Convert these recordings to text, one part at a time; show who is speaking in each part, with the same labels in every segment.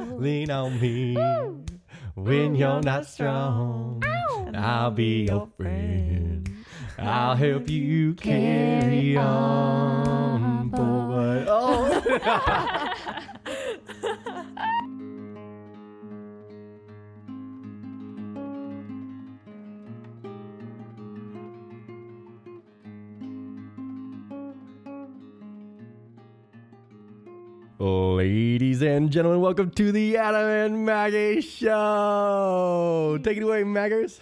Speaker 1: Lean on me when you're not strong.
Speaker 2: And
Speaker 1: I'll be your friend. I'll help you carry on, boy. Oh, Oh, ladies and gentlemen, welcome to the Adam and Maggie Show. Take it away, Maggers.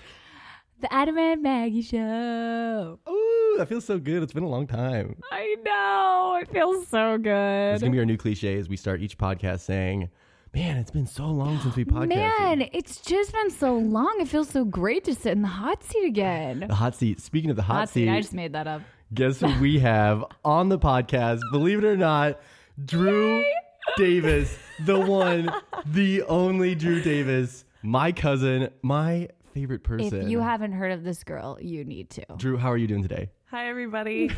Speaker 2: The Adam and Maggie Show.
Speaker 1: Ooh, that feels so good. It's been a long time.
Speaker 2: I know. It feels so
Speaker 1: It's gonna
Speaker 2: good.
Speaker 1: be our new cliche as we start each podcast saying, "Man, it's been so long since we podcasted."
Speaker 2: Man, it's just been so long. It feels so great to sit in the hot seat again.
Speaker 1: The hot seat. Speaking of the hot,
Speaker 2: Hot
Speaker 1: seat,
Speaker 2: seat. I just made that up.
Speaker 1: guess who we have on the podcast? Believe it or not, Drew Davis, the one, the only Drew Davis, my cousin, my favorite person.
Speaker 2: If you haven't heard of this girl, you need to.
Speaker 1: Drew, how are you doing today?
Speaker 3: Hi, everybody.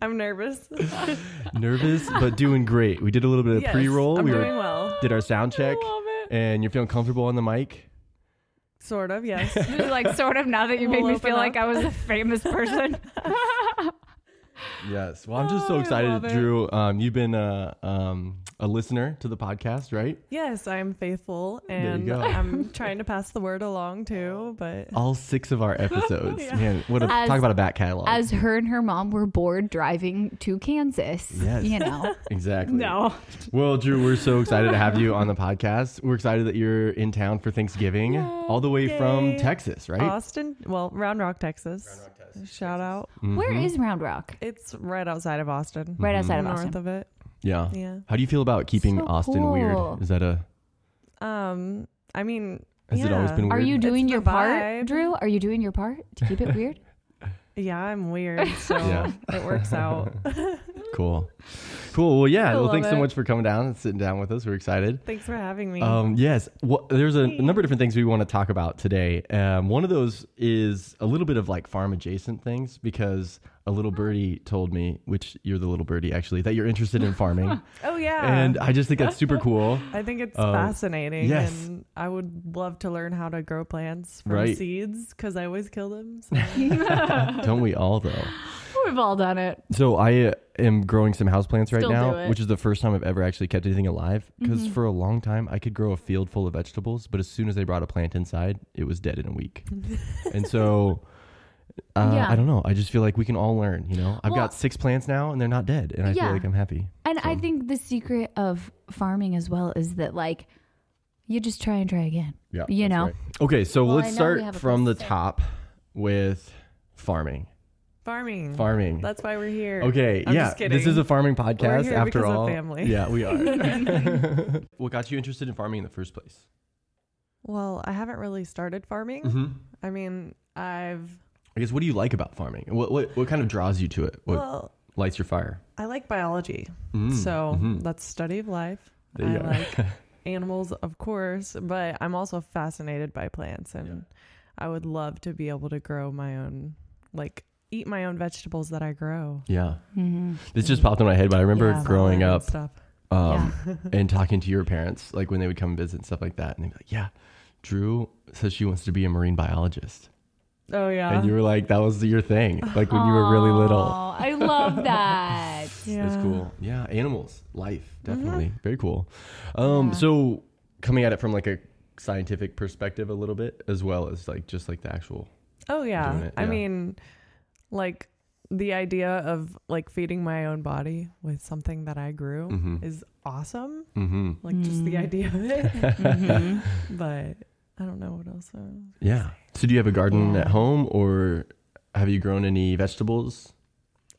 Speaker 3: I'm nervous.
Speaker 1: Nervous, but doing great. We did a little bit of
Speaker 3: Yes,
Speaker 1: pre-roll.
Speaker 3: I'm
Speaker 1: we
Speaker 3: doing well.
Speaker 1: did our sound check,
Speaker 3: love it.
Speaker 1: and you're feeling comfortable on the mic.
Speaker 3: Sort of, yes.
Speaker 2: like sort of now that you
Speaker 3: We'll
Speaker 2: make me
Speaker 3: open
Speaker 2: feel like
Speaker 3: up.
Speaker 2: I was a famous person.
Speaker 1: Yes. Well, I'm just
Speaker 3: Oh,
Speaker 1: so
Speaker 3: I
Speaker 1: excited,
Speaker 3: love it.
Speaker 1: Drew. Um, you've been a, um, a listener to the podcast, right?
Speaker 3: yes, I am faithful
Speaker 1: you
Speaker 3: and
Speaker 1: go.
Speaker 3: I'm trying to pass the word along too, but
Speaker 1: All six of our episodes.
Speaker 3: Yeah.
Speaker 1: Man, what a
Speaker 2: As-
Speaker 1: talk about a back catalog.
Speaker 2: As her and her mom were bored driving to Kansas.
Speaker 1: Yes.
Speaker 2: You know.
Speaker 1: exactly. Well, Drew, we're so excited to have you on the podcast. We're excited that you're in town for Thanksgiving, all the way from
Speaker 3: Yay.
Speaker 1: Texas, right?
Speaker 3: Austin, well, Round Rock, Texas. Shout out.
Speaker 2: Where
Speaker 1: Mm-hmm.
Speaker 2: is Round Rock?
Speaker 3: It's right outside of Austin.
Speaker 1: Mm.
Speaker 2: Right outside of
Speaker 3: north
Speaker 2: Austin.
Speaker 3: of it.
Speaker 1: Yeah.
Speaker 3: Yeah.
Speaker 1: How do you feel about keeping
Speaker 2: So
Speaker 1: Austin
Speaker 2: cool.
Speaker 1: weird? Is that a
Speaker 3: Um, I mean,
Speaker 1: has it always
Speaker 3: yeah.
Speaker 1: been weird?
Speaker 2: Are you doing
Speaker 3: It's the
Speaker 2: your part,
Speaker 3: vibe.
Speaker 2: Drew? Are you doing your part to keep it weird?
Speaker 3: Yeah, I'm weird, so
Speaker 1: Yeah.
Speaker 3: it works out.
Speaker 1: cool? Cool. Well, yeah. well,
Speaker 3: love
Speaker 1: thanks so
Speaker 3: it.
Speaker 1: much for coming down and sitting down with us. We're excited.
Speaker 3: Thanks for having me.
Speaker 1: Um, yes, well, there's a, number of different things we want to talk about today. Um, one of those is a little bit of like farm adjacent things because a little birdie told me, which you're the little birdie actually, that you're interested in farming,
Speaker 2: Ah.
Speaker 3: oh yeah.
Speaker 1: and I just think that's super cool.
Speaker 3: I think it's
Speaker 1: Uh,
Speaker 3: fascinating.
Speaker 1: yes.
Speaker 3: And I would love to learn how to grow plants from
Speaker 1: Right.
Speaker 3: seeds because I always kill them. So.
Speaker 1: Don't we all though?
Speaker 2: We've all done it.
Speaker 1: So I uh, am growing some houseplants right
Speaker 2: Still do
Speaker 1: now,
Speaker 2: it. Mm-hmm.
Speaker 1: which is the first time I've ever actually kept anything alive. Because for a long time I could grow a field full of vegetables, but as soon as I brought a plant inside, it was dead in a week. and so uh,
Speaker 2: Yeah.
Speaker 1: I don't know. I just feel like we can all learn. You know, I've
Speaker 2: Well-
Speaker 1: got six plants now, and they're not dead, and I
Speaker 2: Yeah.
Speaker 1: feel like I'm happy.
Speaker 2: And I think the secret of farming as well is that like you just try and try again.
Speaker 1: Yeah,
Speaker 2: You that's know? right.
Speaker 1: Okay, so
Speaker 2: Well, I
Speaker 1: let's
Speaker 2: know we
Speaker 1: start
Speaker 2: have a
Speaker 1: from the
Speaker 2: place to stay.
Speaker 1: top with farming.
Speaker 3: Farming.
Speaker 1: Farming.
Speaker 3: That's why we're here.
Speaker 1: Okay,
Speaker 3: I'm
Speaker 1: yeah,
Speaker 3: just kidding.
Speaker 1: this is a farming podcast
Speaker 3: here
Speaker 1: after
Speaker 3: because of
Speaker 1: all.
Speaker 3: family.
Speaker 1: Yeah, we are. what got you interested in farming in the first place?
Speaker 3: Well, I haven't really started farming.
Speaker 1: Mm-hmm.
Speaker 3: I mean, I've.
Speaker 1: I guess what do you like about farming? What what, what kind of draws you to it? What Mm,
Speaker 3: Well,
Speaker 1: lights your fire? Mm-hmm.
Speaker 3: I like biology. so that's study of life.
Speaker 1: There
Speaker 3: I
Speaker 1: you are.
Speaker 3: like animals, of course, but I'm also fascinated by plants and I would love to be able to grow my own, like, eat my own vegetables that I grow.
Speaker 1: Yeah. This just popped in my head, but I remember
Speaker 3: Yeah.
Speaker 1: growing
Speaker 3: And
Speaker 1: up
Speaker 3: Stuff.
Speaker 1: um, and talking to your parents, like when they would come visit and stuff like that, and they'd be like, "Yeah, Drew says she wants to be a marine biologist,"
Speaker 3: Oh, yeah.
Speaker 1: and you were like, "That was your thing, like when you were really little."
Speaker 2: Oh, I love that.
Speaker 3: yeah.
Speaker 1: That's cool. Yeah, animals, life,
Speaker 2: Mm-hmm.
Speaker 1: definitely very cool. Um, so coming at it from like a scientific perspective a little bit, as well as like just like the actual
Speaker 3: Oh yeah.
Speaker 1: doing it,
Speaker 3: I
Speaker 1: yeah.
Speaker 3: mean, like the idea of like feeding my own body with something that I
Speaker 2: Oh,
Speaker 3: grew
Speaker 1: Mm.
Speaker 3: is awesome.
Speaker 1: mm-hmm.
Speaker 3: Like just the idea of it. But I don't know what else. uh,
Speaker 1: Yeah. So do you have a garden
Speaker 2: Yeah.
Speaker 1: at home or have you grown any vegetables?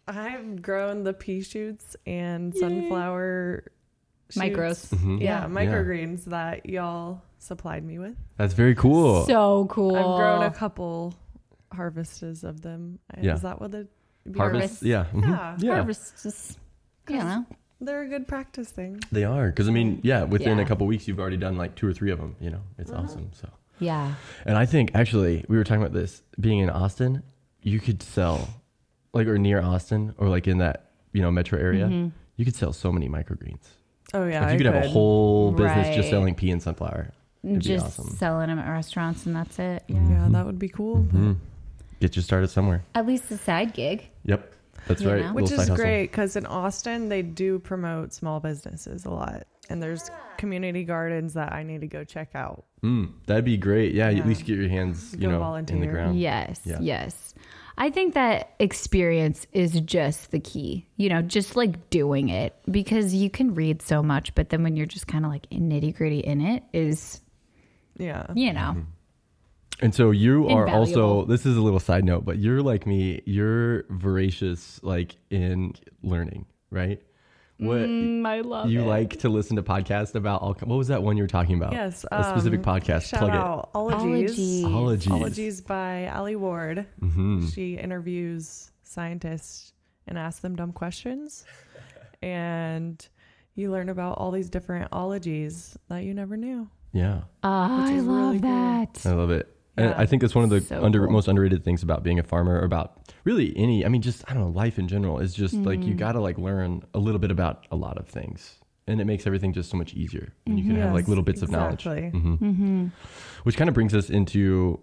Speaker 3: I've grown the pea shoots and sunflower shoots.
Speaker 2: Micros.
Speaker 1: Mm-hmm.
Speaker 3: Yeah,
Speaker 2: Yeah.
Speaker 3: microgreens that y'all supplied me with.
Speaker 1: That's very cool.
Speaker 2: So cool.
Speaker 3: I've grown a couple harvests of them. I-
Speaker 1: Yeah.
Speaker 3: Is that what the
Speaker 1: Harvest.
Speaker 2: harvest.
Speaker 1: Yeah. mhm.
Speaker 3: Yeah.
Speaker 1: Yeah.
Speaker 2: Harvest is- you know.
Speaker 3: They're a good practice thing.
Speaker 1: They are. Because, I mean, yeah, within a
Speaker 2: Yeah. Mm-hmm.
Speaker 1: couple weeks, you've already done like two or three of them. You know, it's awesome. So,
Speaker 2: Yeah.
Speaker 1: and I think actually, we were talking about this being in Austin, you could sell
Speaker 2: Mm-hmm.
Speaker 1: like or near Austin or like in that, you know, metro area, you could sell so many microgreens.
Speaker 3: Oh Mm-hmm. yeah,
Speaker 1: Like, you
Speaker 3: I
Speaker 1: could, have a whole business just
Speaker 2: Right.
Speaker 1: selling pea and sunflower. It'd be
Speaker 2: just
Speaker 1: awesome.
Speaker 2: selling them at restaurants and that's it. Yeah.
Speaker 3: Yeah, that would be cool. but-
Speaker 1: Mhm. Get you started somewhere.
Speaker 2: At least a side gig.
Speaker 1: Yep, that's
Speaker 2: You
Speaker 1: right.
Speaker 2: know?
Speaker 1: Little
Speaker 3: Which
Speaker 1: side
Speaker 3: is
Speaker 1: hustle.
Speaker 3: great because in Austin they do promote small businesses a lot, and there's community gardens that I need to go check out.
Speaker 1: Mm, that'd be great. Yeah,
Speaker 3: Yeah.
Speaker 1: at least get your hands, you
Speaker 3: Go
Speaker 1: know, in the
Speaker 3: volunteer.
Speaker 1: ground.
Speaker 2: Yes.
Speaker 1: Yeah.
Speaker 2: Yes. I think that experience is just the key, you know, just like doing it because you can read so much, but then when you're just kind of like nitty gritty in it is,
Speaker 3: Yeah,
Speaker 2: you know,
Speaker 1: And so you are
Speaker 2: Invaluable.
Speaker 1: also. This is a little side note, but you're like me. You're voracious, like in learning, right? What
Speaker 3: Mm-hmm.
Speaker 2: I love
Speaker 1: you like to listen to podcasts about? All what was that one you were talking about?
Speaker 3: yes.
Speaker 1: a specific
Speaker 3: um,
Speaker 1: podcast.
Speaker 3: Shout
Speaker 1: Plug
Speaker 3: out Ologies.
Speaker 2: Ologies.
Speaker 1: it. Ologies.
Speaker 3: Ologies by Ali Ward.
Speaker 1: Mhm.
Speaker 3: She interviews scientists and asks them dumb questions, and you learn about all these different ologies that you never knew.
Speaker 1: Yeah,
Speaker 2: I
Speaker 3: is
Speaker 2: love
Speaker 3: really cool.
Speaker 2: that.
Speaker 1: I love it. And
Speaker 3: Yeah.
Speaker 1: I think that's one of the
Speaker 2: So
Speaker 1: under,
Speaker 2: cool.
Speaker 1: most underrated things about being a farmer, or about really any. I mean, just I don't know, life in general is just like
Speaker 3: Mm.
Speaker 1: you got to like learn a little bit about a lot of things, and it makes everything just so much easier. And you can have like
Speaker 3: Mm-hmm. Yes,
Speaker 1: little bits of
Speaker 3: exactly.
Speaker 1: knowledge, Mhm.
Speaker 2: Mm-hmm.
Speaker 1: which kind of brings us into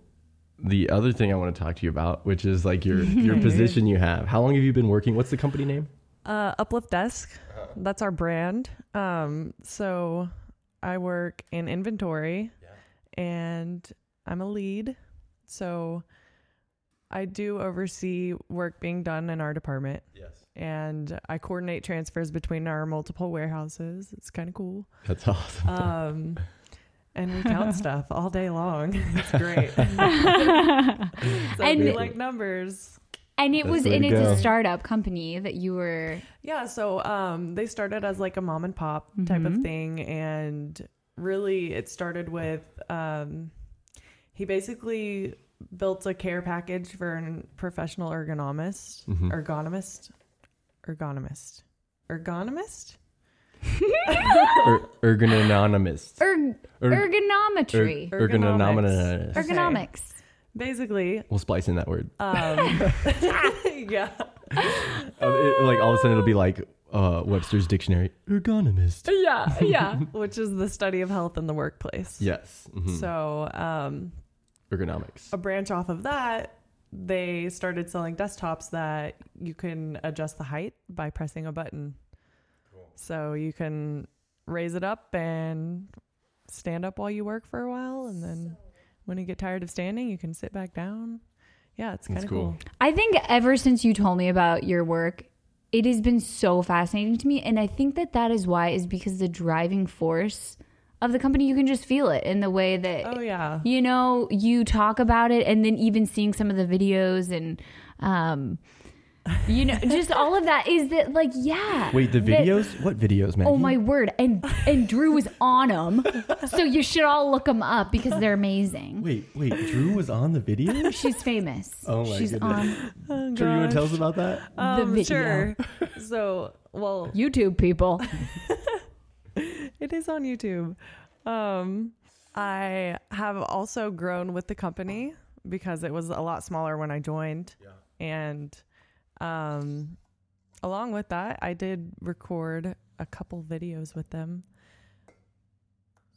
Speaker 1: the other thing I want to talk to you about, which is like your your position you have. How long have you been working? What's the company name?
Speaker 3: Uh, Uplift Desk. That's our brand. Um, so I work in inventory and I'm a lead. So I do oversee work being done in our department
Speaker 1: Yes,
Speaker 3: and I coordinate transfers between our multiple warehouses. It's kind of cool.
Speaker 1: that's awesome.
Speaker 3: Um, and we count stuff all day long. It's great. so
Speaker 2: And-
Speaker 3: we like numbers.
Speaker 2: And it
Speaker 1: That's
Speaker 2: was,
Speaker 1: the way
Speaker 2: and
Speaker 1: to
Speaker 2: it's
Speaker 1: go.
Speaker 2: a startup company that you were,
Speaker 3: Yeah, so um, they started as like a mom and pop type of thing, and really it started with um, he basically built a care package for a professional ergonomist,
Speaker 1: Mhm.
Speaker 3: ergonomist, ergonomist, ergonomist.
Speaker 1: er, ergonomist.
Speaker 2: erg-
Speaker 1: Er,
Speaker 2: ergonometry,
Speaker 1: er- ergonomics.
Speaker 3: Ergonomics.
Speaker 2: ergonomics.
Speaker 3: Basically,
Speaker 1: We'll splice in that word.
Speaker 3: um, yeah,
Speaker 1: Um, it- like all of a sudden it'll be like uh, Webster's dictionary ergonomist.
Speaker 3: yeah, yeah, which is the study of health in the workplace.
Speaker 1: Yes.
Speaker 3: Mm-hmm.
Speaker 1: mhm.
Speaker 3: So Uh, um,
Speaker 1: ergonomics.
Speaker 3: a branch off of that, they started selling desktops that you can adjust the height by pressing a button. So you can raise it up and stand up while you work for a while, and then when you get tired of standing, you can sit back down. Yeah, it's kind
Speaker 1: That's
Speaker 3: of
Speaker 1: cool.
Speaker 3: cool.
Speaker 2: I think ever since you told me about your work, it has been so fascinating to me. And I think that that is why, is because the driving force of the company, you can just feel it in the way that,
Speaker 3: Oh yeah,
Speaker 2: you know, you talk about it. And then even seeing some of the videos and, um, you know, just all of that is that, like, yeah.
Speaker 1: Wait, the
Speaker 2: that-
Speaker 1: videos? what videos, Maggie?
Speaker 2: Oh my word! And and Drew was on them, so you should all look them up because they're amazing.
Speaker 1: Wait, wait. Drew was on the video.
Speaker 2: She's famous.
Speaker 1: Oh my
Speaker 2: She's
Speaker 1: goodness.
Speaker 2: on
Speaker 3: Oh,
Speaker 1: Drew, you want
Speaker 3: gosh. Um,
Speaker 1: to tell us about that?
Speaker 2: the video.
Speaker 3: Sure. so well,
Speaker 2: YouTube people.
Speaker 3: it is on YouTube. Um, I have also grown with the company because it was a lot smaller when I joined. And um, along with that, I did record a couple videos with them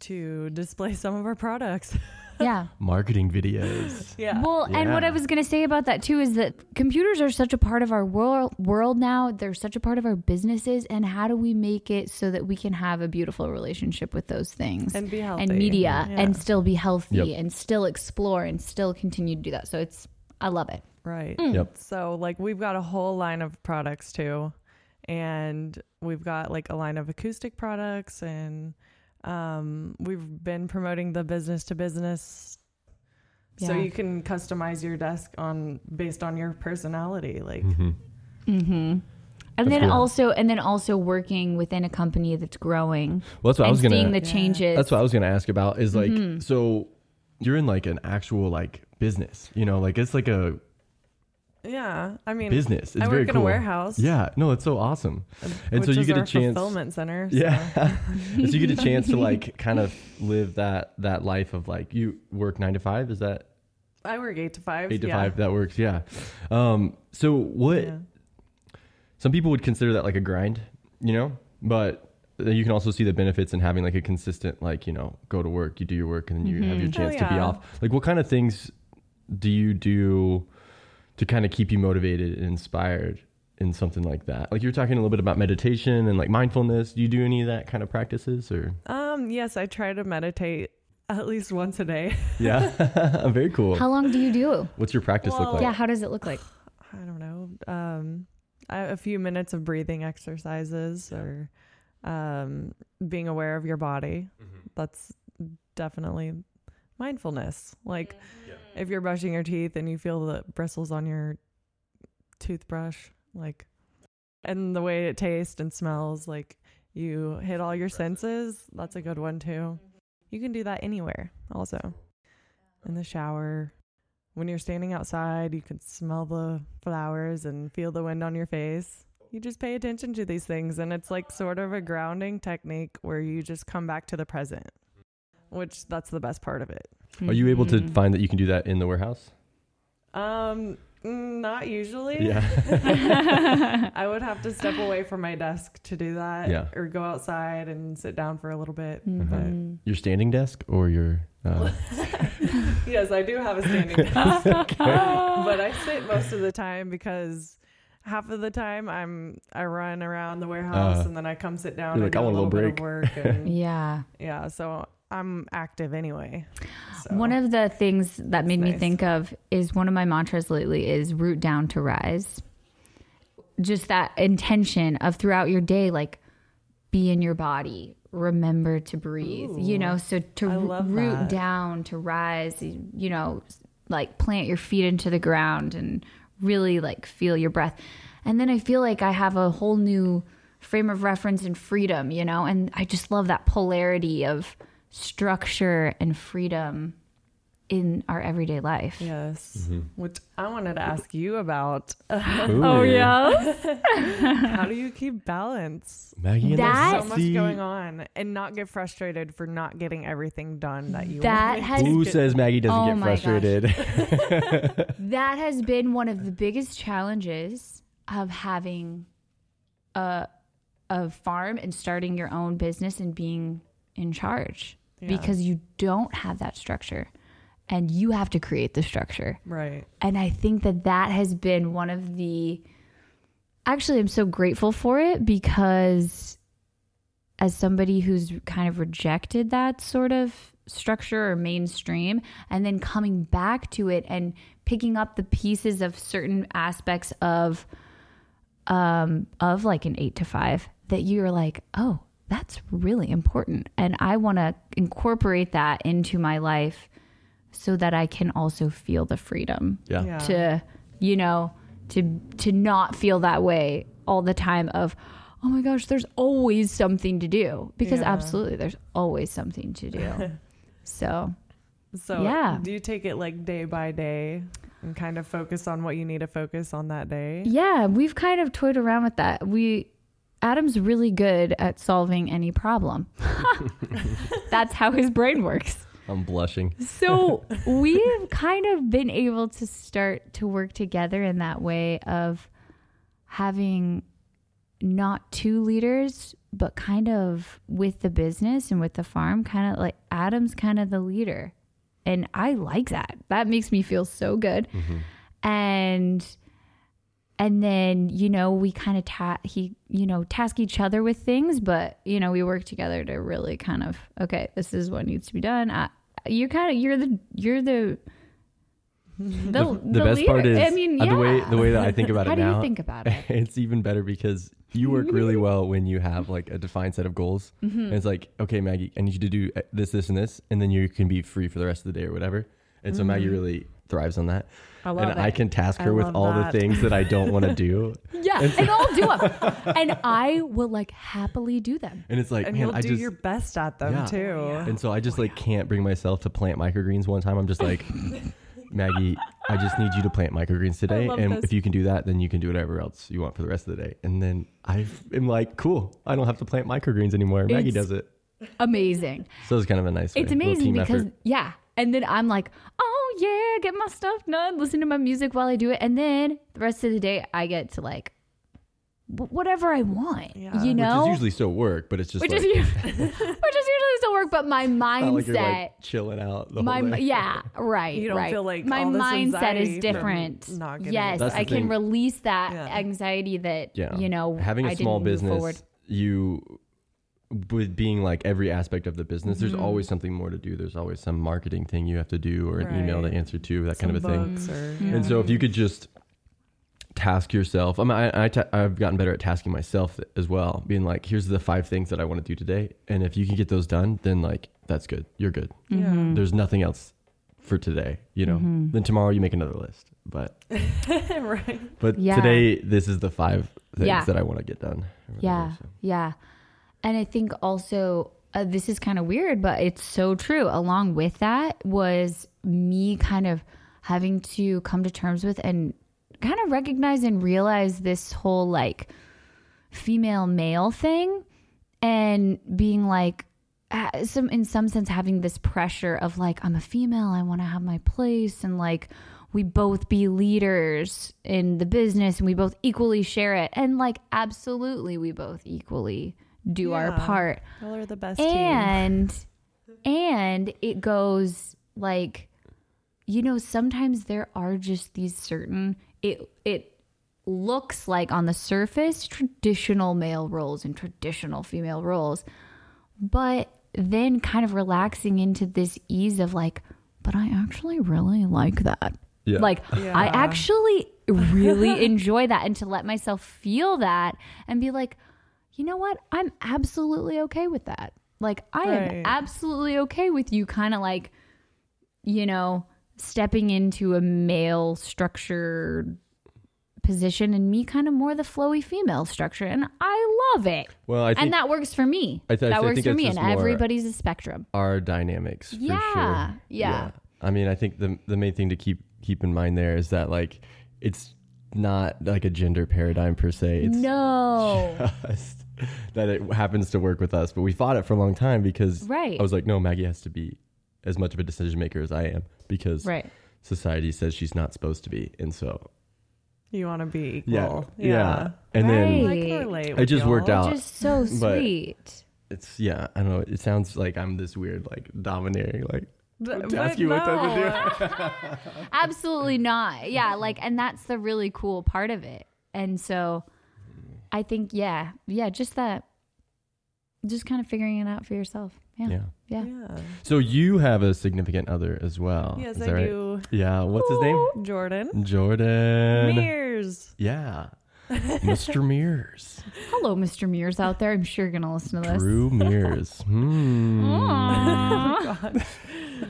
Speaker 3: to display some of our products.
Speaker 2: Yeah.
Speaker 1: Marketing videos.
Speaker 3: yeah.
Speaker 2: Well, and what
Speaker 1: Yeah.
Speaker 2: I was going to say about that too is that computers are such a part of our world world now. They're such a part of our businesses and how do we make it so that we can have a beautiful relationship with those things
Speaker 3: And be healthy.
Speaker 2: and media
Speaker 3: Yeah.
Speaker 2: and still be healthy
Speaker 1: Yep.
Speaker 2: and still explore and still continue to do that. So it's I love it.
Speaker 3: Right.
Speaker 1: Yep.
Speaker 3: So like we've got a whole line of products too, and we've got like a line of acoustic products, and um, we've been promoting the business to business. So
Speaker 2: Yeah.
Speaker 3: you can customize your desk on based on your personality. Like
Speaker 1: Mm-hmm.
Speaker 3: Mm-hmm.
Speaker 2: And
Speaker 1: That's
Speaker 2: then
Speaker 1: cool.
Speaker 2: also and then also working within a company that's growing
Speaker 1: Well, that's what I
Speaker 2: and
Speaker 1: was gonna.
Speaker 2: seeing the changes.
Speaker 1: that's what I was gonna ask about. Is like, so you're in like an actual like business. You know, like it's like a
Speaker 3: yeah, I mean
Speaker 1: Mm-hmm. business. It's
Speaker 3: I
Speaker 1: very
Speaker 3: work in
Speaker 1: cool.
Speaker 3: a warehouse. uh,
Speaker 1: Yeah. No, it's so awesome. And
Speaker 3: which
Speaker 1: so you
Speaker 3: is
Speaker 1: get
Speaker 3: our
Speaker 1: a chance.
Speaker 3: fulfillment center. so-
Speaker 1: Yeah. And so you get a chance to like kind of live that that life of like you work nine to five. Is that
Speaker 3: I work eight to five.
Speaker 1: eight to
Speaker 3: yeah.
Speaker 1: five? That works. Yeah. Um. So what?
Speaker 3: Yeah.
Speaker 1: Some people would consider that like a grind, you know. But you can also see the benefits in having like a consistent like you know go to work you do your work and then you have your
Speaker 3: Mhm. Oh,
Speaker 1: chance to be
Speaker 3: yeah.
Speaker 1: off like what kind of things do you do to kind of keep you motivated and inspired in something like that like you're talking a little bit about meditation and like mindfulness do you do any of that kind of practices or
Speaker 3: Um, yes, I try to meditate at least once a day.
Speaker 1: yeah very cool
Speaker 2: How long do you do?
Speaker 1: what's your practice look
Speaker 3: Well-
Speaker 1: like
Speaker 2: Yeah, how does it look like?
Speaker 3: I don't know, um, I, a few minutes of breathing exercises or um, being aware of your body. That's definitely mindfulness. Like if you're brushing your teeth and you feel the bristles on your toothbrush, like, and the way it tastes and smells, like you hit all your senses. That's a good one too. You can do that anywhere, also in the shower. When you're standing outside, you can smell the flowers and feel the wind on your face. You just pay attention to these things, and it's like sort of a grounding technique where you just come back to the present, which that's the best part of it.
Speaker 1: are you able to
Speaker 2: Mhm.
Speaker 1: find that you can do that in the warehouse
Speaker 3: Um, mm, not usually.
Speaker 1: Yeah.
Speaker 3: I would have to step away from my desk to do that.
Speaker 1: Yeah.
Speaker 3: Or go outside and sit down for a little bit.
Speaker 2: Mhm.
Speaker 1: your standing desk or your uh,
Speaker 3: yes, I do have a standing desk.
Speaker 2: Mm-hmm.
Speaker 1: Ah.
Speaker 3: but I sit most of the time because half of the time I'm I run around the warehouse
Speaker 1: Uh,
Speaker 3: and then I come sit down
Speaker 1: you're
Speaker 3: and
Speaker 1: like,
Speaker 3: do
Speaker 1: "I
Speaker 3: a
Speaker 1: want a
Speaker 3: little
Speaker 1: little
Speaker 3: bit of
Speaker 1: break."
Speaker 3: work and
Speaker 2: Yeah.
Speaker 3: yeah, so I'm active anyway. So.
Speaker 2: One of the things that made me
Speaker 3: nice.
Speaker 2: think of is one of my mantras lately is root down to rise. Just that intention of throughout your day, like be in your body, remember to breathe, you
Speaker 3: Ooh,
Speaker 2: know, so to
Speaker 3: I
Speaker 2: ro-
Speaker 3: love
Speaker 2: root
Speaker 3: that.
Speaker 2: down, to rise, you you know, like plant your feet into the ground and really like feel your breath. And then I feel like I have a whole new frame of reference and freedom, you know, and I just love that polarity of structure and freedom in our everyday life.
Speaker 3: Yes.
Speaker 1: Mm-hmm.
Speaker 3: Which I wanted to ask you about. uh,
Speaker 1: Ooh.
Speaker 2: Oh, yeah.
Speaker 3: How do you keep balance?
Speaker 1: Maggie and the
Speaker 2: That-
Speaker 3: so
Speaker 1: sexy-
Speaker 3: much going on and not get frustrated for not getting everything done that you
Speaker 2: That
Speaker 3: want.
Speaker 2: has
Speaker 1: Who says Maggie doesn't
Speaker 2: Oh
Speaker 1: get
Speaker 2: my gosh.
Speaker 1: frustrated?
Speaker 2: that has been one of the biggest challenges of having a a farm and starting your own business and being in charge because you don't have that structure and you have to create the structure.
Speaker 3: right
Speaker 2: And I think that that has been one of the. Actually, I'm so grateful for it because as somebody who's kind of rejected that sort of structure or mainstream, and then coming back to it and picking up the pieces of certain aspects of um of like an eight to five that you're like oh that's really important and i want to incorporate that into my life so that i can also feel the freedom
Speaker 1: yeah.
Speaker 3: yeah
Speaker 2: to you know to to not feel that way all the time of oh my gosh there's always something to do because
Speaker 3: Yeah.
Speaker 2: absolutely there's always something to do so
Speaker 3: so
Speaker 2: yeah.
Speaker 3: do you take it like day by day and kind of focus on what you need to focus on that day
Speaker 2: yeah we've kind of toyed around with that we adam's really good at solving any problem that's how his brain works
Speaker 1: I'm blushing.
Speaker 2: So we've kind of been able to start to work together in that way of having not two leaders, but kind of with the business and with the farm, kind of like Adam's kind of the leader. And I like that. That makes me feel so good.
Speaker 1: Mm-hmm.
Speaker 2: And and then, you know, we kind of ta- he, you know, task each other with things, but you know, we work together to really kind of okay, this is what needs to be done. I, you kind of you're the you're the the, the,
Speaker 1: The, best
Speaker 2: leader.
Speaker 1: part is
Speaker 2: I mean,
Speaker 1: uh,
Speaker 2: yeah.
Speaker 1: the way the way that I think about
Speaker 2: How
Speaker 1: it
Speaker 2: do
Speaker 1: now.
Speaker 2: you think about it?
Speaker 1: it's even better because you work really well when you have like a defined set of goals.
Speaker 3: Mm-hmm.
Speaker 1: And it's like, okay, Maggie, I need you to do uh, this, this, and this, and then you can be free for the rest of the day or whatever. And so Maggie really thrives on that.
Speaker 3: Mm-hmm. I love
Speaker 1: and
Speaker 3: it.
Speaker 1: I can task
Speaker 3: I
Speaker 1: her with
Speaker 3: love
Speaker 1: all
Speaker 3: that.
Speaker 1: the things that I don't want to do.
Speaker 2: Yeah, and I'll do them, and I will like happily do them.
Speaker 1: And it's like,
Speaker 3: and
Speaker 1: man,
Speaker 3: you'll
Speaker 1: I
Speaker 3: do
Speaker 1: just
Speaker 3: your best at them
Speaker 1: Yeah.
Speaker 3: too
Speaker 1: And so I just like can't bring myself to plant microgreens one time. I'm just like, Maggie, I just need you to plant microgreens today.
Speaker 3: love
Speaker 1: And
Speaker 3: this.
Speaker 1: if you can do that, then you can do whatever else you want for the rest of the day. And then I am like, cool, I don't have to plant microgreens anymore. Maggie
Speaker 2: It's-
Speaker 1: does it.
Speaker 2: Amazing.
Speaker 1: So it's kind of a nice
Speaker 2: It's
Speaker 1: way, little
Speaker 2: amazing
Speaker 1: team
Speaker 2: because
Speaker 1: effort.
Speaker 2: yeah, and then I'm like, oh yeah, get my stuff done, listen to my music while I do it, and then the rest of the day I get to like wh- whatever I want.
Speaker 3: Yeah.
Speaker 2: You
Speaker 3: Which
Speaker 2: know,
Speaker 1: Which is usually still work, but it's just
Speaker 2: which
Speaker 1: like,
Speaker 2: is u- which is usually still work, but my
Speaker 1: not
Speaker 2: mindset.
Speaker 1: like you're like chilling out the whole
Speaker 2: my
Speaker 1: day.
Speaker 2: yeah right
Speaker 3: You don't
Speaker 2: right.
Speaker 3: feel like
Speaker 2: my
Speaker 3: all this
Speaker 2: mindset
Speaker 3: anxiety
Speaker 2: is
Speaker 3: from
Speaker 2: different
Speaker 3: not getting it
Speaker 2: yes
Speaker 1: That's the
Speaker 2: i
Speaker 1: thing.
Speaker 2: can release that
Speaker 3: Yeah.
Speaker 2: anxiety that
Speaker 1: yeah
Speaker 2: you know
Speaker 1: having a
Speaker 2: a
Speaker 1: small
Speaker 2: forward.
Speaker 1: business you with being like every aspect of the business there's
Speaker 2: Mm-hmm.
Speaker 1: always something more to do there's always some marketing thing you have to do or an email to
Speaker 3: Right.
Speaker 1: answer to that kind of a thing
Speaker 3: books or yeah.
Speaker 1: and so if you
Speaker 2: Mm-hmm.
Speaker 1: could just task yourself i mean I, I ta- i've gotten better at tasking myself as well being like here's the five things that i want to do today and if you can get those done then like that's good you're good
Speaker 2: Mm-hmm. Mm.
Speaker 3: Yeah.
Speaker 1: there's nothing else for today you know then tomorrow you make another list but
Speaker 3: right.
Speaker 1: but
Speaker 2: Yeah.
Speaker 1: today this is the five things
Speaker 2: Yeah.
Speaker 1: that i want to get done or whatever,
Speaker 2: yeah
Speaker 1: so.
Speaker 2: yeah and i think also uh, this is kind of weird but it's so true along with that was me kind of having to come to terms with and kind of recognize and realize this whole like female male thing and being like uh, some in some sense having this pressure of like I'm a female, I want to have my place and like we both be leaders in the business and we both equally share it and like absolutely we both equally do our
Speaker 3: Yeah.
Speaker 2: part
Speaker 3: Y'all are the best team.
Speaker 2: and and it goes like you know sometimes there are just these certain it it looks like on the surface traditional male roles and traditional female roles but then kind of relaxing into this ease of like but i actually really like that
Speaker 1: Yeah.
Speaker 2: like i
Speaker 3: Yeah.
Speaker 2: actually really enjoy that and to let myself feel that and be like you know what i'm absolutely okay with that like i
Speaker 3: Right.
Speaker 2: am absolutely okay with you kind of like you know stepping into a male structured position and me kind of more the flowy female structure and i love it
Speaker 1: Well, I think
Speaker 2: and that works for me
Speaker 1: I th- I th-
Speaker 2: that
Speaker 1: I
Speaker 2: works
Speaker 1: think
Speaker 2: for
Speaker 1: it's
Speaker 2: me and
Speaker 1: just more-
Speaker 2: everybody's a spectrum
Speaker 1: our dynamics. For
Speaker 2: Yeah,
Speaker 1: sure.
Speaker 2: yeah.
Speaker 1: I mean, I think the the main thing to keep keep in mind there is that like it's not like a gender paradigm per se. It's
Speaker 2: no
Speaker 1: just that it happens to work with us, but we fought it for a long time because
Speaker 2: Right.
Speaker 1: I was like, no, Maggie has to be as much of a decision maker as I am because
Speaker 2: right
Speaker 1: society says she's not supposed to be, and so
Speaker 3: You want to be
Speaker 1: yeah,
Speaker 3: equal.
Speaker 1: yeah, and
Speaker 2: Right.
Speaker 1: then
Speaker 3: I can relate.
Speaker 1: It
Speaker 3: with
Speaker 1: just worked
Speaker 3: y'all.
Speaker 1: out.
Speaker 2: which is so
Speaker 1: But-
Speaker 2: sweet
Speaker 1: it's yeah, I don't know. It sounds like I'm this weird like domineering like
Speaker 3: D- But,
Speaker 1: ask you what does it do.
Speaker 3: no.
Speaker 2: Absolutely not.
Speaker 1: Mm-hmm.
Speaker 2: Yeah, like and that's the really cool part of it. And so I think yeah, yeah, just that just kind of figuring it out for yourself. Yeah. Yeah.
Speaker 1: yeah. So you have a significant other as well.
Speaker 3: Yeah. Yes,
Speaker 1: is
Speaker 3: I
Speaker 1: that right?
Speaker 3: do.
Speaker 1: Yeah, what's his name?
Speaker 3: Jordan.
Speaker 1: Jordan.
Speaker 3: Mears.
Speaker 1: Yeah. Mr. Mears.
Speaker 2: Hello Mr. Mears out there. I'm sure you're going to listen to this.
Speaker 1: Drew Mears. Hmm.
Speaker 2: Aw.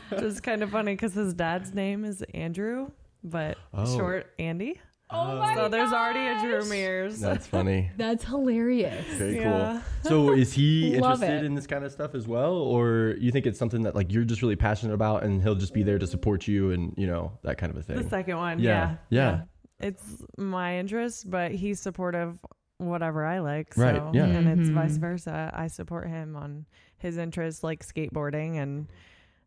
Speaker 3: Which is Oh, kind of funny because his dad's name is Andrew, but
Speaker 1: Oh.
Speaker 3: short Andy.
Speaker 1: Uh,
Speaker 2: Oh my
Speaker 3: So there's already a Drew
Speaker 2: gosh.
Speaker 3: Mears.
Speaker 1: That's funny.
Speaker 2: That's hilarious.
Speaker 1: Very
Speaker 3: Yeah.
Speaker 1: cool. So is he
Speaker 2: Love
Speaker 1: interested
Speaker 2: it.
Speaker 1: in this kind of stuff as well? Or you think it's something that like you're just really passionate about and he'll just be there to support you and you know, that kind of a
Speaker 3: The
Speaker 1: thing.
Speaker 3: second one.
Speaker 1: Yeah,
Speaker 3: Yeah.
Speaker 1: yeah.
Speaker 3: It's my interest, but he's supportive whatever I like. So
Speaker 1: Right, yeah.
Speaker 3: and it's
Speaker 2: Mhm.
Speaker 3: vice versa. I support him on his interests like skateboarding and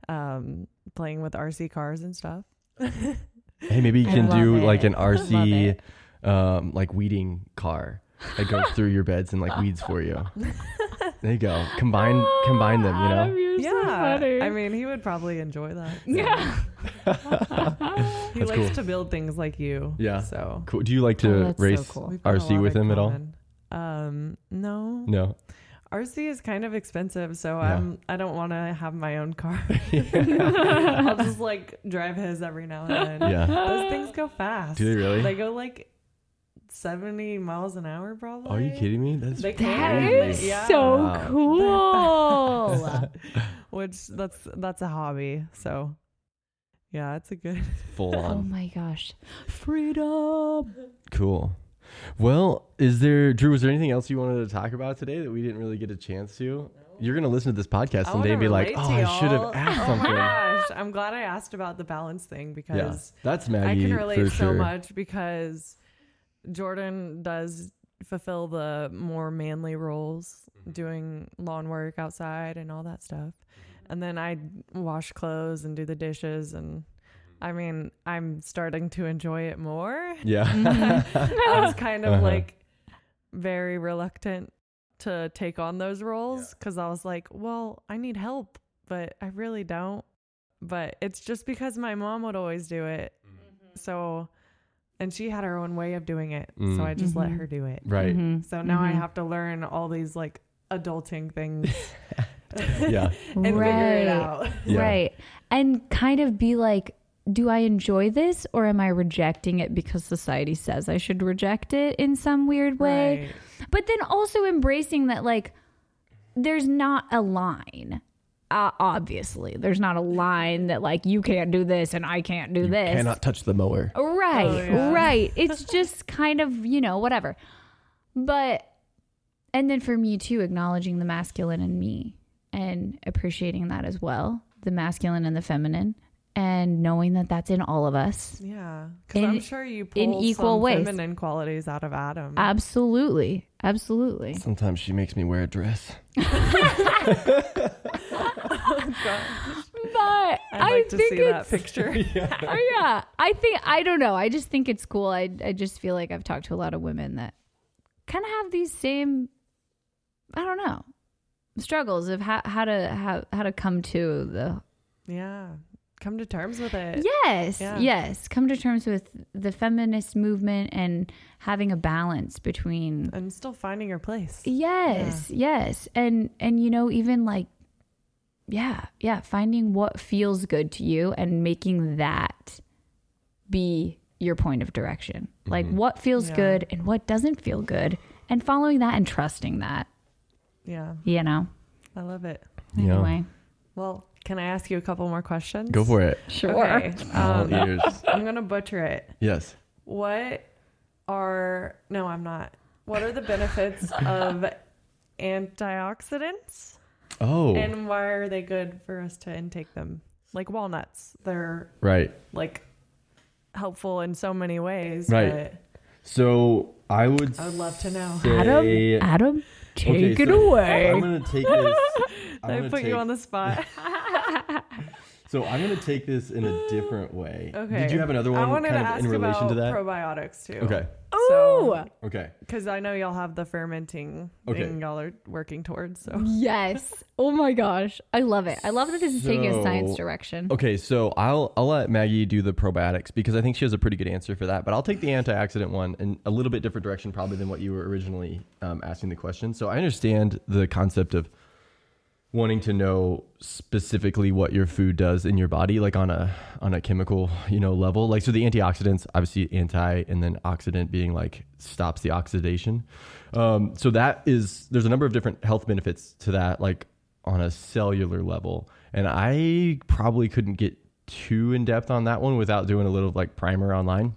Speaker 3: um playing with RC cars and stuff.
Speaker 1: Hey, maybe you
Speaker 2: I
Speaker 1: can
Speaker 2: love
Speaker 1: do
Speaker 2: it.
Speaker 1: like an
Speaker 2: Love
Speaker 1: RC
Speaker 2: it.
Speaker 1: um like weeding car that goes through your beds and like weeds for you. There you go. Combine combine them,
Speaker 2: Oh,
Speaker 1: you know.
Speaker 3: yeah. I mean he would probably enjoy that.
Speaker 2: yeah.
Speaker 3: He
Speaker 1: That's
Speaker 3: likes
Speaker 1: cool.
Speaker 3: to build things like you.
Speaker 1: Yeah.
Speaker 3: So
Speaker 1: Cool. Do you like
Speaker 2: Oh,
Speaker 1: to
Speaker 2: that's so
Speaker 1: race
Speaker 2: cool.
Speaker 3: we've got a
Speaker 1: RC
Speaker 3: lot
Speaker 1: with
Speaker 3: in
Speaker 1: him at all?
Speaker 3: common. Um no.
Speaker 1: No.
Speaker 3: RC is kind of expensive, so
Speaker 1: Yeah.
Speaker 3: I'm I don't want to have my own car. I'll just like drive his every now and then.
Speaker 1: Yeah.
Speaker 3: Those things go fast.
Speaker 1: Do they really?
Speaker 3: They go like 70 miles an hour probably.
Speaker 1: Are you kidding me? That's
Speaker 3: They
Speaker 2: That
Speaker 3: can.
Speaker 2: is
Speaker 3: Yeah.
Speaker 2: so
Speaker 1: Wow.
Speaker 2: cool.
Speaker 3: Which that's that's a hobby. So yeah, it's a good
Speaker 1: full
Speaker 2: oh
Speaker 1: on.
Speaker 2: my gosh.
Speaker 3: freedom.
Speaker 1: Cool. Well, is there Drew? Was there anything else you wanted to talk about today that we didn't really get a chance to? You're gonna listen to this podcast
Speaker 3: I
Speaker 1: someday and
Speaker 3: wanna
Speaker 1: be like,
Speaker 3: relate
Speaker 1: "Oh,
Speaker 3: to
Speaker 1: I should
Speaker 3: y'all."
Speaker 1: have asked
Speaker 3: Oh my
Speaker 1: something."
Speaker 3: gosh, I'm glad I asked about the balance thing
Speaker 1: Yeah,
Speaker 3: because
Speaker 1: that's
Speaker 3: I
Speaker 1: Maggie
Speaker 3: can relate
Speaker 1: for
Speaker 3: so
Speaker 1: sure.
Speaker 3: much because Jordan does fulfill the more manly roles,
Speaker 1: Mm-hmm.
Speaker 3: doing lawn work outside and all that stuff.
Speaker 1: Mm-hmm.
Speaker 3: And then I wash clothes and do the dishes and
Speaker 1: Mm-hmm.
Speaker 3: I mean, I'm starting to enjoy it more.
Speaker 1: Yeah,
Speaker 3: Mm-hmm. I was kind of
Speaker 1: Uh-huh.
Speaker 3: like very reluctant to take on those roles because I was like, well, I need help, but I really don't. But it's just because my mom would always do it.
Speaker 2: Mm-hmm.
Speaker 3: So, and she had her own way of doing it. So
Speaker 1: Mm.
Speaker 3: I just let
Speaker 2: Mhm.
Speaker 3: her do it.
Speaker 1: Right.
Speaker 2: Mhm.
Speaker 3: So now I
Speaker 2: Mhm.
Speaker 3: have to learn all these like adulting things
Speaker 1: Yeah.
Speaker 3: and figure
Speaker 2: Right.
Speaker 3: it out.
Speaker 1: Yeah.
Speaker 2: Right. And kind of be like, do I enjoy this or am I rejecting it because society says I should reject it in some weird way?
Speaker 3: Right.
Speaker 2: But then also embracing that, like, there's not a line. Uh, obviously, there's not a line that, like, you can't do this and I can't do this.
Speaker 1: Cannot touch the mower.
Speaker 2: Right,
Speaker 3: Oh, yeah.
Speaker 2: right. It's just kind of, you know, whatever. But, and then for me too, acknowledging the masculine in me and appreciating that as well the masculine and the feminine, and knowing that that's in all of us.
Speaker 3: Yeah, because
Speaker 2: In-
Speaker 3: I'm sure you pull
Speaker 2: in equal
Speaker 3: some
Speaker 2: ways.
Speaker 3: feminine qualities out of Adam.
Speaker 2: Absolutely. Absolutely.
Speaker 1: Sometimes she makes me wear a dress.
Speaker 2: But
Speaker 3: I'd
Speaker 2: I
Speaker 3: like to
Speaker 2: think
Speaker 3: see that
Speaker 2: it's.
Speaker 3: picture.
Speaker 2: oh, yeah. I think, I don't know. I just think it's cool. I, I just feel like I've talked to a lot of women that kind of have these same, I don't know, struggles of how, how to, how, how to come to the,
Speaker 3: yeah, come to terms with it.
Speaker 2: yes,
Speaker 3: Yeah.
Speaker 2: yes. Come to terms with the feminist movement and having a balance between
Speaker 3: And still finding your place.
Speaker 2: Yes, yes. And and you know even like yeah, yeah, finding what feels good to you and making that be your point of direction. Like
Speaker 1: Mm-hmm.
Speaker 2: what feels
Speaker 3: Yeah.
Speaker 2: good and what doesn't feel good and following that and trusting that,
Speaker 3: Yeah,
Speaker 2: you know.
Speaker 3: I love it.
Speaker 1: Yeah.
Speaker 2: Anyway.
Speaker 3: Well, can I ask you a couple more questions?
Speaker 1: Go for it.
Speaker 2: Sure.
Speaker 1: All
Speaker 3: Um,
Speaker 1: ears.
Speaker 3: I'm gonna butcher it.
Speaker 1: Yes.
Speaker 3: What are no? I'm not. What are the benefits of antioxidants,
Speaker 1: Oh,
Speaker 3: and why are they good for us to intake them? Like walnuts, they're
Speaker 1: right.
Speaker 3: like helpful in so many ways.
Speaker 1: Right.
Speaker 3: But
Speaker 1: So I would.
Speaker 3: I would love to know.
Speaker 1: say-
Speaker 2: Adam, Adam, take
Speaker 1: Okay,
Speaker 2: it
Speaker 1: so
Speaker 2: away.
Speaker 1: I'm gonna take this. I'm
Speaker 3: I
Speaker 1: gonna
Speaker 3: put
Speaker 1: take-
Speaker 3: you on the spot.
Speaker 1: So I'm gonna take this in a different way.
Speaker 3: Okay.
Speaker 1: Did you have another
Speaker 3: I
Speaker 1: one
Speaker 3: wanted
Speaker 1: kind
Speaker 3: to
Speaker 1: of
Speaker 3: ask
Speaker 1: in relation
Speaker 3: about
Speaker 1: to that?
Speaker 3: probiotics too.
Speaker 1: okay.
Speaker 2: Ooh.
Speaker 1: Okay.
Speaker 3: Because I know y'all have the fermenting
Speaker 1: Okay.
Speaker 3: thing y'all are working towards. So
Speaker 2: Mm, Yes. Oh my gosh. I love it. I love that this is taking a science
Speaker 1: So-
Speaker 2: direction.
Speaker 1: Okay, so I'll I'll let Maggie do the probiotics because I think she has a pretty good answer for that. But I'll take the antioxidant one in a little bit different direction, probably than what you were originally um, asking the question. So I understand the concept of wanting to know specifically what your food does in your body, like on a on a chemical you know level. Like so, the antioxidants, obviously anti, and then oxidant being like stops the oxidation. Um, so that is there's a number of different health benefits to that, like on a cellular level. And I probably couldn't get too in depth on that one without doing a little like primer online.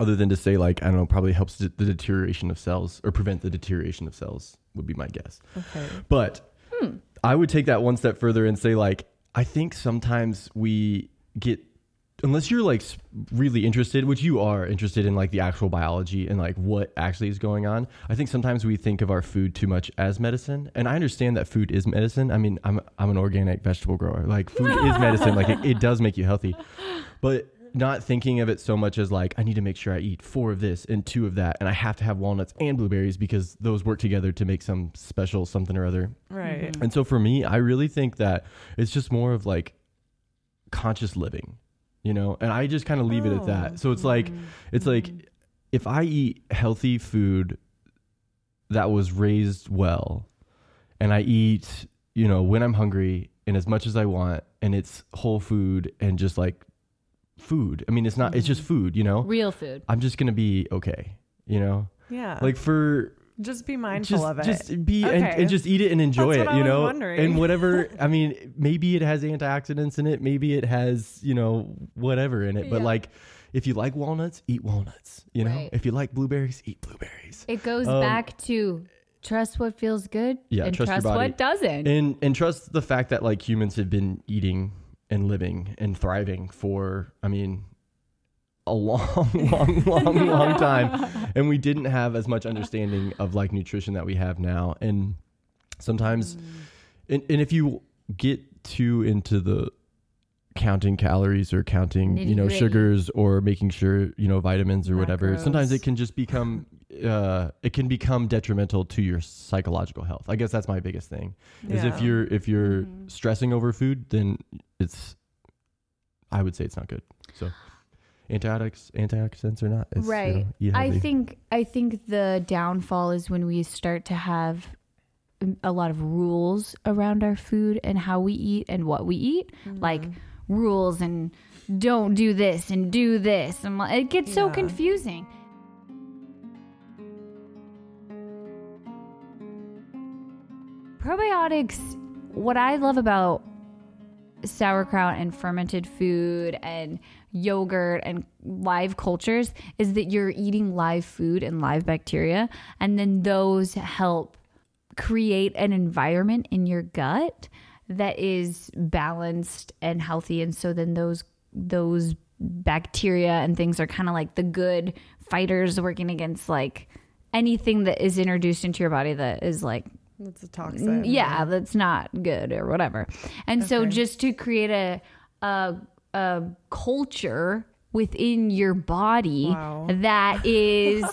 Speaker 1: Other than to say, like, I don't know, probably helps the the deterioration of cells or prevent the deterioration of cells, would be my guess.
Speaker 3: okay.
Speaker 1: But I would take that one step further and say, like, I think sometimes we get, unless you're like s- really interested, which you are interested in like the actual biology and like what actually is going on, I think sometimes we think of our food too much as medicine. And I understand that food is medicine. I mean, I'm, I'm an organic vegetable grower. Like, food is medicine. Like, it, it does make you healthy. But not thinking of it so much as like, I need to make sure I eat four of this and two of that. And I have to have walnuts and blueberries because those work together to make some special something or other.
Speaker 3: Right.
Speaker 1: And so for me, I really think that it's just more of like conscious living, you know? And I just kind of leave it at
Speaker 3: Oh.
Speaker 1: that. So it's like it's like if I eat healthy food that was raised well and I eat, you know, when I'm hungry and as much as I want and it's whole food and just like food. I mean, it's not it's just food, you know?
Speaker 2: Real food.
Speaker 1: I'm just going to be okay, you know?
Speaker 2: Mm-hmm.
Speaker 3: Yeah.
Speaker 1: Like for
Speaker 3: just be mindful
Speaker 1: just,
Speaker 3: of it.
Speaker 1: Just be and,
Speaker 3: Okay.
Speaker 1: and just eat it and enjoy
Speaker 3: That's
Speaker 1: it.
Speaker 3: what I
Speaker 1: you
Speaker 3: was
Speaker 1: know,
Speaker 3: wondering.
Speaker 1: and whatever. I mean, maybe it has antioxidants in it. Maybe it has you know whatever in it. But
Speaker 2: Yeah.
Speaker 1: like, if you like walnuts, eat walnuts. You know,
Speaker 2: Right.
Speaker 1: if you like blueberries, eat blueberries.
Speaker 2: It goes
Speaker 1: Um,
Speaker 2: back to trust what feels good
Speaker 1: Yeah,
Speaker 2: and
Speaker 1: trust
Speaker 2: trust,
Speaker 1: your body.
Speaker 2: what doesn't.
Speaker 1: And and trust the fact that like humans have been eating and living and thriving for. I mean. A long, long, long, long time, and we didn't have as much understanding of like nutrition that we have now. And sometimes and, and if you get too into the counting calories or counting you know
Speaker 2: Nitty-gritty.
Speaker 1: sugars or making sure you know vitamins or whatever sometimes
Speaker 3: Macros.
Speaker 1: it can just become uh, it can become detrimental to your psychological health. I guess that's my biggest thing is if
Speaker 3: Yeah.
Speaker 1: you're if you're
Speaker 2: Mhm.
Speaker 1: stressing over food, then it's I would say it's not good. So antibiotics, antioxidants or not, it's, you
Speaker 2: Right.
Speaker 1: know, eat
Speaker 2: I
Speaker 1: healthy.
Speaker 2: think I think the downfall is when we start to have a lot of rules around our food and how we eat and what we eat,
Speaker 3: Mm-hmm.
Speaker 2: like rules and don't do this and do this, and like- it gets so
Speaker 3: Yeah.
Speaker 2: confusing. Probiotics. What I love about sauerkraut and fermented food and yogurt and live cultures is that you're eating live food and live bacteria and then those help create an environment in your gut that is balanced and healthy and so then those those bacteria and things are kind of like the good fighters working against like anything that is introduced into your body that is like
Speaker 3: That's a toxin.
Speaker 2: yeah, that's not good or whatever. And so
Speaker 3: Okay.
Speaker 2: just to create a a, a culture within your body
Speaker 3: Wow.
Speaker 2: that is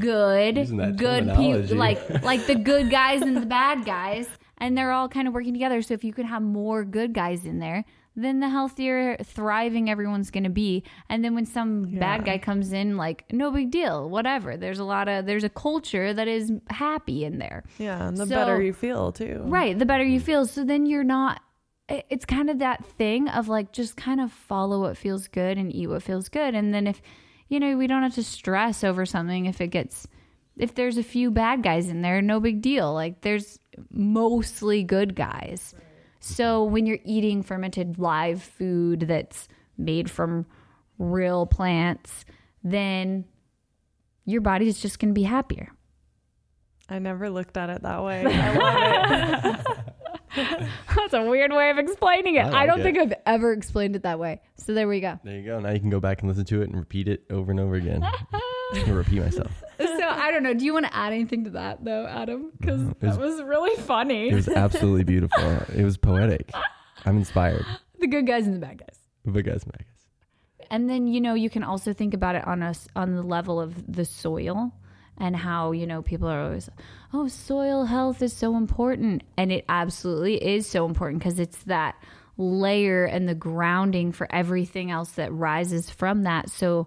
Speaker 2: good
Speaker 1: Using that
Speaker 2: good
Speaker 1: terminology.
Speaker 2: people like like the good guys and the bad guys and they're all kind of working together so if you can have more good guys in there then the healthier thriving everyone's going to be and then when some bad guy comes in like no big deal whatever there's a lot of there's a culture that is happy in there
Speaker 3: Yeah, and the
Speaker 2: So-
Speaker 3: better you feel too.
Speaker 2: Right. The better you feel. So then you're not, it- it's kind of that thing of like just kind of follow what feels good and eat what feels good. And then if, you know, we don't have to stress over something if it gets, if there's a few bad guys in there, no big deal. Like there's mostly good guys. So when you're eating fermented live food that's made from real plants, then your body is just going to be happier.
Speaker 3: I never looked at it that way. I love it.
Speaker 2: That's a weird way of explaining it.
Speaker 1: I
Speaker 2: I,
Speaker 1: like
Speaker 2: don't
Speaker 1: it.
Speaker 2: think I've ever explained it that way. So there we go.
Speaker 1: There you go. Now you can go back and listen to it and repeat it over and over again. I'm gonna repeat myself.
Speaker 2: so I don't know. Do you want to add anything to that though, Adam? Because
Speaker 1: No, it was-
Speaker 2: that was really
Speaker 1: Mm, It
Speaker 2: funny.
Speaker 1: was absolutely beautiful. It was poetic. I'm inspired.
Speaker 2: The good guys and the bad guys.
Speaker 1: But guys, Magus.
Speaker 2: And then you know you can also think about it on us on the level of the soil and how you know people are always oh soil health is so important and it absolutely is so important because it's that layer and the grounding for everything else that rises from that so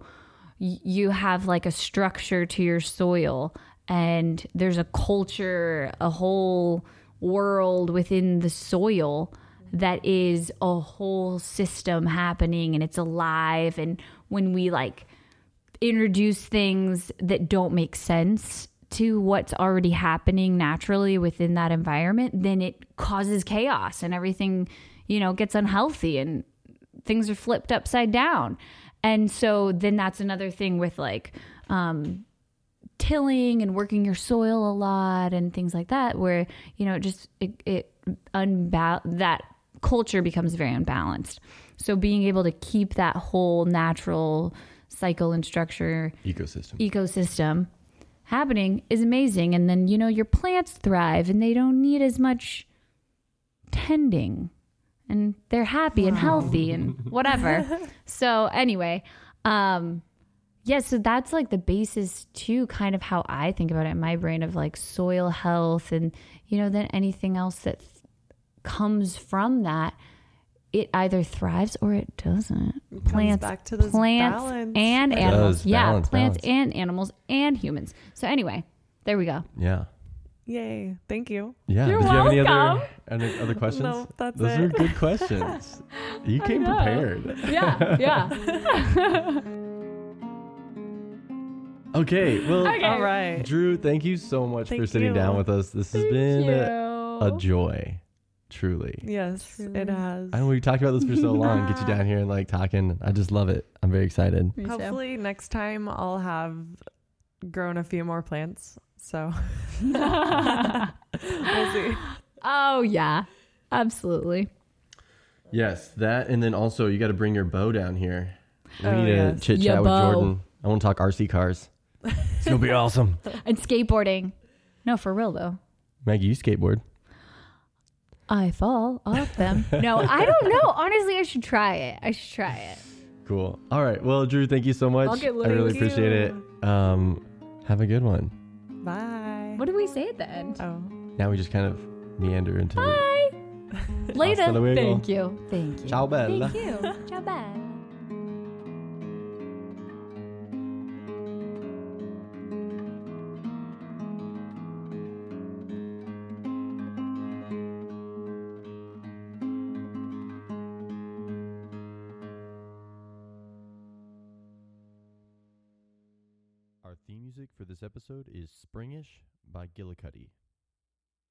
Speaker 2: y- you have like a structure to your soil and there's a culture a whole world within the soil that is a whole system happening and it's alive and when we like introduce things that don't make sense to what's already happening naturally within that environment, then it causes chaos and everything, you know, gets unhealthy and things are flipped upside down. And so then that's another thing with like um, tilling and working your soil a lot and things like that, where, you know, it just, it, it unbal- that culture becomes very unbalanced. So being able to keep that whole natural cycle and structure E
Speaker 1: Ecosystem.
Speaker 2: ecosystem happening is amazing. And then, you know, your plants thrive and they don't need as much tending and they're happy and healthy and whatever. so, anyway, um, yeah, so that's like the basis to kind of how I think about it in my brain of like soil health and, you know, then anything else that th- comes from that, it either thrives or it doesn't.
Speaker 3: Comes
Speaker 2: Plants
Speaker 3: back to this
Speaker 2: plants
Speaker 3: balance.
Speaker 2: and
Speaker 3: It
Speaker 2: animals.
Speaker 1: does.
Speaker 2: Yeah,
Speaker 1: Balance,
Speaker 2: plants
Speaker 1: balance.
Speaker 2: and animals and humans. So anyway, there we go.
Speaker 1: Yeah.
Speaker 3: Yay! Thank you.
Speaker 1: Yeah.
Speaker 2: You're
Speaker 1: Did you have any other
Speaker 2: welcome.
Speaker 1: any other questions?
Speaker 3: No, that's
Speaker 1: Those
Speaker 3: it.
Speaker 1: are good questions. You came
Speaker 2: know.
Speaker 1: prepared.
Speaker 2: Yeah, yeah.
Speaker 1: Okay. Well,
Speaker 2: Okay.
Speaker 3: All right.
Speaker 1: Drew, thank you so much
Speaker 3: Thank
Speaker 1: for sitting
Speaker 3: you.
Speaker 1: down with us. This has been a, a
Speaker 2: you.
Speaker 1: joy, truly.
Speaker 3: Yes, it has.
Speaker 1: I know we talked about this for so long. Get you down here and like talking. I just love it. I'm very excited.
Speaker 3: Hopefully next time I'll have grown a few more plants. So we'll see.
Speaker 2: oh yeah, absolutely.
Speaker 1: Yes, that, and then also you got to bring your bow down here. We
Speaker 3: Oh,
Speaker 1: need to
Speaker 3: yes.
Speaker 1: chit
Speaker 2: Your
Speaker 1: chat with
Speaker 2: bow.
Speaker 1: Jordan. I want to talk RC cars. It's gonna be awesome.
Speaker 2: And skateboarding. No, for real though.
Speaker 1: Maggie, you skateboard.
Speaker 2: I fall off them. No, I don't know. Honestly, I should try it. I should try it.
Speaker 1: Cool. All right. Well, Drew, thank you so much.
Speaker 2: Okay,
Speaker 1: I really
Speaker 2: thank
Speaker 1: appreciate it. Um, Have a good one.
Speaker 3: Bye.
Speaker 2: What do we say at the end?
Speaker 3: Oh.
Speaker 1: Now we just kind of meander into.
Speaker 2: Bye.
Speaker 3: Oh.
Speaker 2: Later.
Speaker 1: Hasta luego.
Speaker 2: Thank you. Thank you.
Speaker 1: Ciao, bella.
Speaker 2: Thank you. Ciao, bella.
Speaker 1: Our theme music for this episode is Springish by Gillicuddy.